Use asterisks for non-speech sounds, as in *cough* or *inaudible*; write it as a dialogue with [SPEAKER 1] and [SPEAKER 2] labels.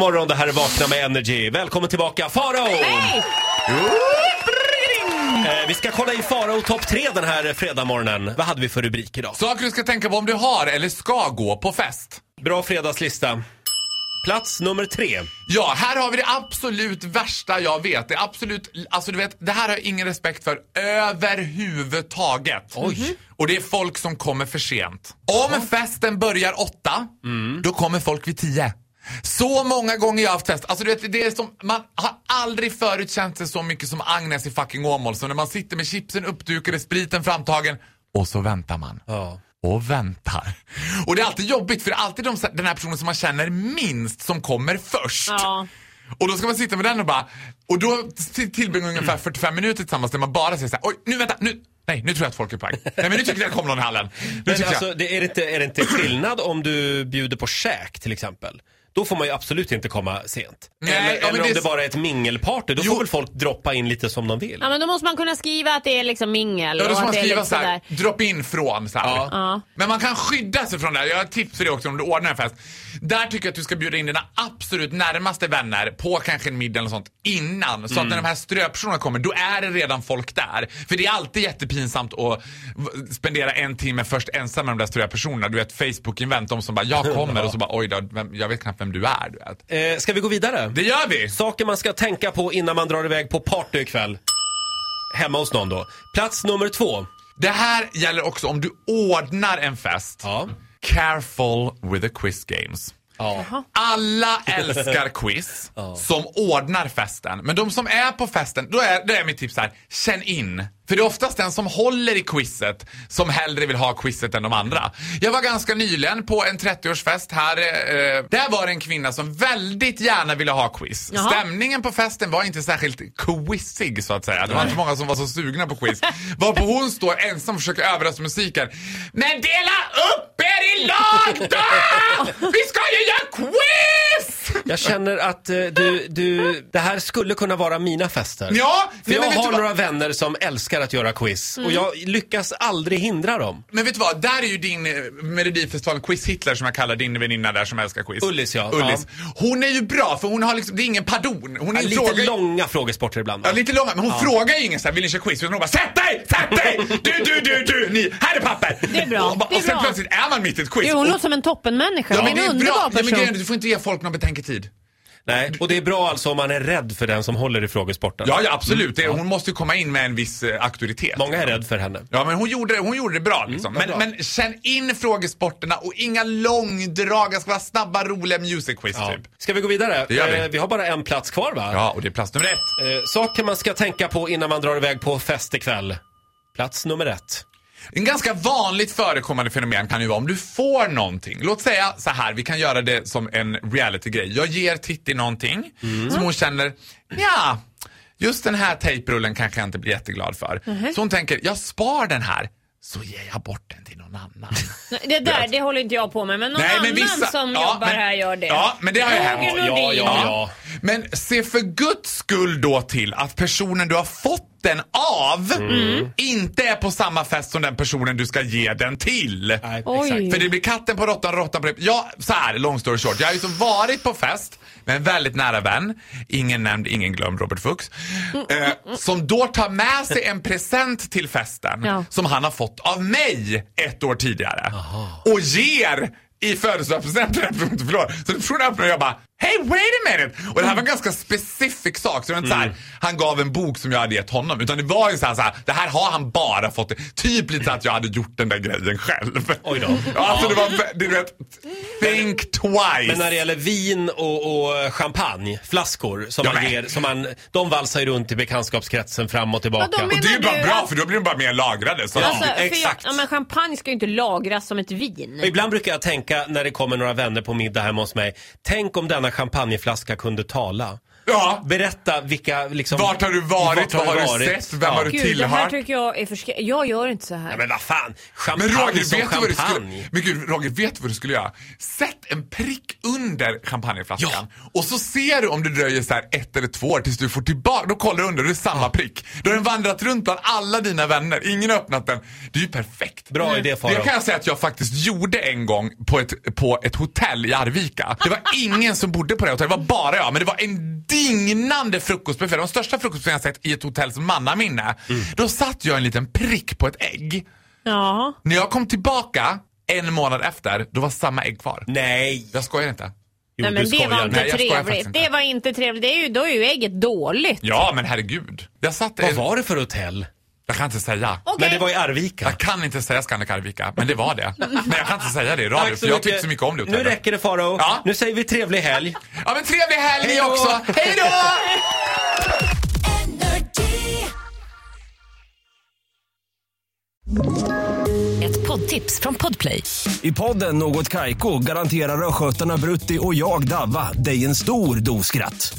[SPEAKER 1] morgon, det här är Vakna med Energy. Välkommen tillbaka, Farao!
[SPEAKER 2] Hej!
[SPEAKER 1] Eh, vi ska kolla in Farao topp tre den här fredagsmorgonen. Vad hade vi för rubrik idag?
[SPEAKER 3] Saker du ska tänka på om du har eller ska gå på fest.
[SPEAKER 1] Bra fredagslista. Plats nummer tre.
[SPEAKER 3] Ja, här har vi det absolut värsta jag vet. Det är absolut, alltså du vet, det här har jag ingen respekt för överhuvudtaget. Oj. Och det är folk som kommer för sent. Om festen börjar åtta, då kommer folk vid tio. Så många gånger jag har haft fest. Alltså du vet, det är som, man har aldrig förut känt sig så mycket som Agnes i fucking Åmål. Så när man sitter med chipsen uppdukade, spriten framtagen och så väntar man.
[SPEAKER 1] Ja.
[SPEAKER 3] och väntar. Och det är alltid jobbigt för det är alltid de, den här personen som man känner minst som kommer först.
[SPEAKER 2] Ja.
[SPEAKER 3] Och då ska man sitta med den och bara... Och då till- tillbringar man
[SPEAKER 1] Mm.
[SPEAKER 3] ungefär 45 minuter tillsammans där man bara säger så här, oj nu vänta, nu, nej nu tror jag att folk är på väg. Nej men nu tycker jag det kommer någon i hallen. Nu
[SPEAKER 1] Men
[SPEAKER 3] tycker
[SPEAKER 1] alltså, det är, det inte, är det inte skillnad om du bjuder på käk till exempel? Då får man ju absolut inte komma sent.
[SPEAKER 3] Nej,
[SPEAKER 1] eller
[SPEAKER 3] ja, men
[SPEAKER 1] eller om
[SPEAKER 3] det
[SPEAKER 1] det,
[SPEAKER 3] är-
[SPEAKER 1] bara är ett mingelparty, då
[SPEAKER 3] Jo.
[SPEAKER 1] får väl folk droppa in lite som de vill.
[SPEAKER 2] Ja, men då måste man kunna skriva att det är liksom mingel.
[SPEAKER 3] Ja, då
[SPEAKER 2] och
[SPEAKER 3] ska man
[SPEAKER 2] att det är
[SPEAKER 3] skriva
[SPEAKER 2] liksom
[SPEAKER 3] så här, drop in från så här.
[SPEAKER 2] Ja.
[SPEAKER 3] Men man kan skydda sig från det. här. Jag har ett tips för dig också om du ordnar en fest. Där tycker jag att du ska bjuda in dina absolut närmaste vänner på kanske en middag eller sånt innan. Så att när de här ströpersonerna kommer, då är det redan folk där. För det är alltid jättepinsamt att v- spendera en timme först ensam med de där ströpersonerna. Du vet Facebook-invent, de som bara jag kommer och så bara oj då, vem, jag vet knappt vem du är. Du vet.
[SPEAKER 1] Eh, ska vi gå vidare?
[SPEAKER 3] Det gör vi!
[SPEAKER 1] Saker man ska tänka på innan man drar iväg på party ikväll. Hemma hos någon då. Plats nummer två.
[SPEAKER 3] Det här gäller också om du ordnar en fest.
[SPEAKER 1] Ja.
[SPEAKER 3] Careful with the quiz games.
[SPEAKER 1] Ja.
[SPEAKER 3] Alla älskar quiz som ordnar festen. Men de som är på festen, då är, då är mitt tips här, känn in. För det är oftast den som håller i quizet som hellre vill ha quizet än de andra. Jag var ganska nyligen på en 30-årsfest här. Eh, där var det en kvinna som väldigt gärna ville ha quiz.
[SPEAKER 2] Jaha.
[SPEAKER 3] Stämningen på festen var inte särskilt quizig så att säga. Det var inte många som var så sugna på quiz. Varpå hon står ensam och försöker överrösta musiken. Men dela upp er i lag då! Vi ska ju göra quiz!
[SPEAKER 1] Jag känner att eh, du, du, det här skulle kunna vara mina fester.
[SPEAKER 3] Ja,
[SPEAKER 1] För
[SPEAKER 3] nej,
[SPEAKER 1] jag har
[SPEAKER 3] men vet du vad- Mm.
[SPEAKER 1] några vänner som älskar att göra quiz och jag lyckas aldrig hindra dem.
[SPEAKER 3] Men vet du vad, där är ju din eh, Melodifestivalen Quiz-Hitler som jag kallar din väninna där som älskar quiz.
[SPEAKER 1] Ullis, ja.
[SPEAKER 3] Ullis. Hon är ju bra för hon har liksom, det är ingen pardon. Hon är
[SPEAKER 1] Ja,
[SPEAKER 3] en
[SPEAKER 1] lite
[SPEAKER 3] fråga...
[SPEAKER 1] långa frågesporter ibland. va?
[SPEAKER 3] Ja, lite långa. Men hon frågar ju ingen så här, vill ni köra quiz? Utan hon bara, sätt dig! Sätt dig! Du, du, du, du, ni! Här är papper!
[SPEAKER 2] Det är bra.
[SPEAKER 3] Och, bara,
[SPEAKER 2] Det är
[SPEAKER 3] och sen
[SPEAKER 2] bra.
[SPEAKER 3] plötsligt är man mitt i ett quiz.
[SPEAKER 2] Jo, hon
[SPEAKER 3] Och-
[SPEAKER 2] låter som en toppenmänniska.
[SPEAKER 3] Ja,
[SPEAKER 2] Hon är
[SPEAKER 3] men det
[SPEAKER 2] en
[SPEAKER 3] är bra.
[SPEAKER 2] underbar
[SPEAKER 3] Ja, men
[SPEAKER 2] person.
[SPEAKER 3] grejen, är, du får inte ge folk någon betänketid.
[SPEAKER 1] Nej, och det är bra alltså om man är rädd för den som håller i frågesporten.
[SPEAKER 3] Ja, ja absolut. Det, hon måste ju komma in med en viss eh, auktoritet.
[SPEAKER 1] Många är rädd för henne.
[SPEAKER 3] Ja, men hon gjorde det, hon gjorde det bra. Liksom.
[SPEAKER 1] vad
[SPEAKER 3] Men,
[SPEAKER 1] bra.
[SPEAKER 3] men känn in frågesporterna och inga långdrag. Det ska vara snabba, roliga music quiz
[SPEAKER 1] Ja.
[SPEAKER 3] typ.
[SPEAKER 1] Ska vi gå vidare?
[SPEAKER 3] Det gör vi.
[SPEAKER 1] Eh, vi har bara en plats kvar va?
[SPEAKER 3] Ja, och det är plats nummer ett.
[SPEAKER 1] Eh, saker man ska tänka på innan man drar iväg på fest ikväll. Plats nummer ett.
[SPEAKER 3] En ganska vanligt förekommande fenomen kan ju vara om du får någonting. Låt säga så här, vi kan göra det som en realitygrej. Jag ger Titti någonting som hon känner, ja, just den här tejprullen kanske jag inte blir jätteglad för. Så hon tänker, jag spar den här, så ger jag bort den till någon annan.
[SPEAKER 2] Nej, Det där det håller inte jag på med, men någon annan som
[SPEAKER 3] ja,
[SPEAKER 2] jobbar
[SPEAKER 3] men-
[SPEAKER 2] här gör det.
[SPEAKER 3] Ja, men det har ju
[SPEAKER 2] Roger
[SPEAKER 3] hänt.
[SPEAKER 2] Nordin.
[SPEAKER 1] Ja, ja, ja.
[SPEAKER 3] Men se för guds skull då till att personen du har fått den av
[SPEAKER 2] Mm.
[SPEAKER 3] inte är på samma fest som den personen du ska ge den till.
[SPEAKER 1] Nej,
[SPEAKER 2] Oj.
[SPEAKER 1] exakt.
[SPEAKER 3] För det blir katten på råttan, råttan på det. Ja, så här, long story short. Jag har ju så varit på fest med en väldigt nära vän, ingen nämnd, ingen glömd, Robert Fuchs. Eh, som då tar med sig en present till festen
[SPEAKER 2] Ja.
[SPEAKER 3] som han har fått av mig ett år tidigare. Och ger i födelsedagspresent till den *laughs* personen som förlorar. Så den personen öppnar och jag bara Hey wait a minute! Och det här var en ganska specifik sak. Så det var inte så här, han gav en bok som jag hade gett honom. Utan det var ju så här, så här det här har han bara fått. Typ lite så att jag hade gjort den där grejen själv.
[SPEAKER 1] Oj då.
[SPEAKER 3] Ja, alltså det var, vä- du vet, think twice.
[SPEAKER 1] Men när det gäller vin och, och champagne, flaskor som
[SPEAKER 3] Ja,
[SPEAKER 1] man
[SPEAKER 3] men-
[SPEAKER 1] ger, som man, de valsar ju runt i bekantskapskretsen fram och tillbaka.
[SPEAKER 2] Vadå, men-
[SPEAKER 3] och det är ju
[SPEAKER 2] menar
[SPEAKER 3] bara
[SPEAKER 2] du
[SPEAKER 3] bra
[SPEAKER 2] att-
[SPEAKER 3] för då blir de bara mer lagrade. Så.
[SPEAKER 2] Alltså, för
[SPEAKER 1] exakt.
[SPEAKER 2] Jag, ja, men champagne ska ju inte lagras som ett vin.
[SPEAKER 1] Och Ibland brukar jag tänka när det kommer några vänner på middag hemma hos mig. Tänk om denna champagneflaska kunde tala.
[SPEAKER 3] Ja.
[SPEAKER 1] Berätta vilka liksom...
[SPEAKER 3] Vart har du varit?
[SPEAKER 1] Vart har
[SPEAKER 3] Vad har
[SPEAKER 1] du
[SPEAKER 3] du
[SPEAKER 1] varit?
[SPEAKER 3] sett? Vem har du
[SPEAKER 2] Gud, det här
[SPEAKER 3] tillhört?
[SPEAKER 2] tycker jag är förskräckligt. Jag gör inte så här.
[SPEAKER 1] Ja, men vad fan!
[SPEAKER 3] Men
[SPEAKER 1] Champagne
[SPEAKER 3] Roger,
[SPEAKER 1] som
[SPEAKER 3] vet du vad du skulle,
[SPEAKER 1] champagne.
[SPEAKER 3] men Gud, Roger, vet du vad du skulle göra? Sätt en prick under champagneflaskan och så ser du om det dröjer så här ett eller två år tills du får tillbaka. Då kollar du under och det är samma prick. Då har den vandrat runt bland alla dina vänner. Ingen har öppnat den. Det är ju perfekt.
[SPEAKER 1] Bra idé Farao.
[SPEAKER 3] Mm.
[SPEAKER 1] *laughs*
[SPEAKER 3] Det kan jag säga att jag faktiskt gjorde en gång på ett, på ett hotell i Arvika. Det var ingen som bodde på det hotellet, det var bara jag, men det var en dignande frukostbuffé. Den största frukostbuffén jag sett i ett hotells mannaminne.
[SPEAKER 1] Mm.
[SPEAKER 3] Då satt jag en liten prick på ett ägg.
[SPEAKER 2] Ja.
[SPEAKER 3] När jag kom tillbaka en månad efter, då var samma ägg kvar.
[SPEAKER 1] Nej!
[SPEAKER 3] Jag skojar inte.
[SPEAKER 1] Jo,
[SPEAKER 2] Nej, men
[SPEAKER 1] du
[SPEAKER 2] det
[SPEAKER 1] skojar.
[SPEAKER 2] var inte
[SPEAKER 3] Nej, jag skojar faktiskt
[SPEAKER 2] trevligt.
[SPEAKER 3] inte.
[SPEAKER 2] Det var inte trevligt. Det är ju, då är ju ägget dåligt.
[SPEAKER 3] Ja, men herregud. Jag satt...
[SPEAKER 1] Vad var det för hotell?
[SPEAKER 3] Jag kan inte säga.
[SPEAKER 2] Okej.
[SPEAKER 1] Men det var i Arvika.
[SPEAKER 3] Jag kan inte säga Scandic Arvika, men det var det.
[SPEAKER 1] *laughs*
[SPEAKER 3] Men jag kan inte säga det i radio,
[SPEAKER 1] Tack
[SPEAKER 3] för jag tyckte så mycket om det
[SPEAKER 1] Nu
[SPEAKER 3] hotellet.
[SPEAKER 1] räcker det Farao.
[SPEAKER 3] Ja.
[SPEAKER 1] Nu säger vi trevlig helg.
[SPEAKER 3] Ja, men trevlig helg ni
[SPEAKER 1] Hej då!
[SPEAKER 3] också! Hej *laughs* då!
[SPEAKER 4] Ett poddtips från Podplay.
[SPEAKER 5] I podden Något Kaiko garanterar östgötarna Brutti och jag, Davva, dig en stor dos skratt.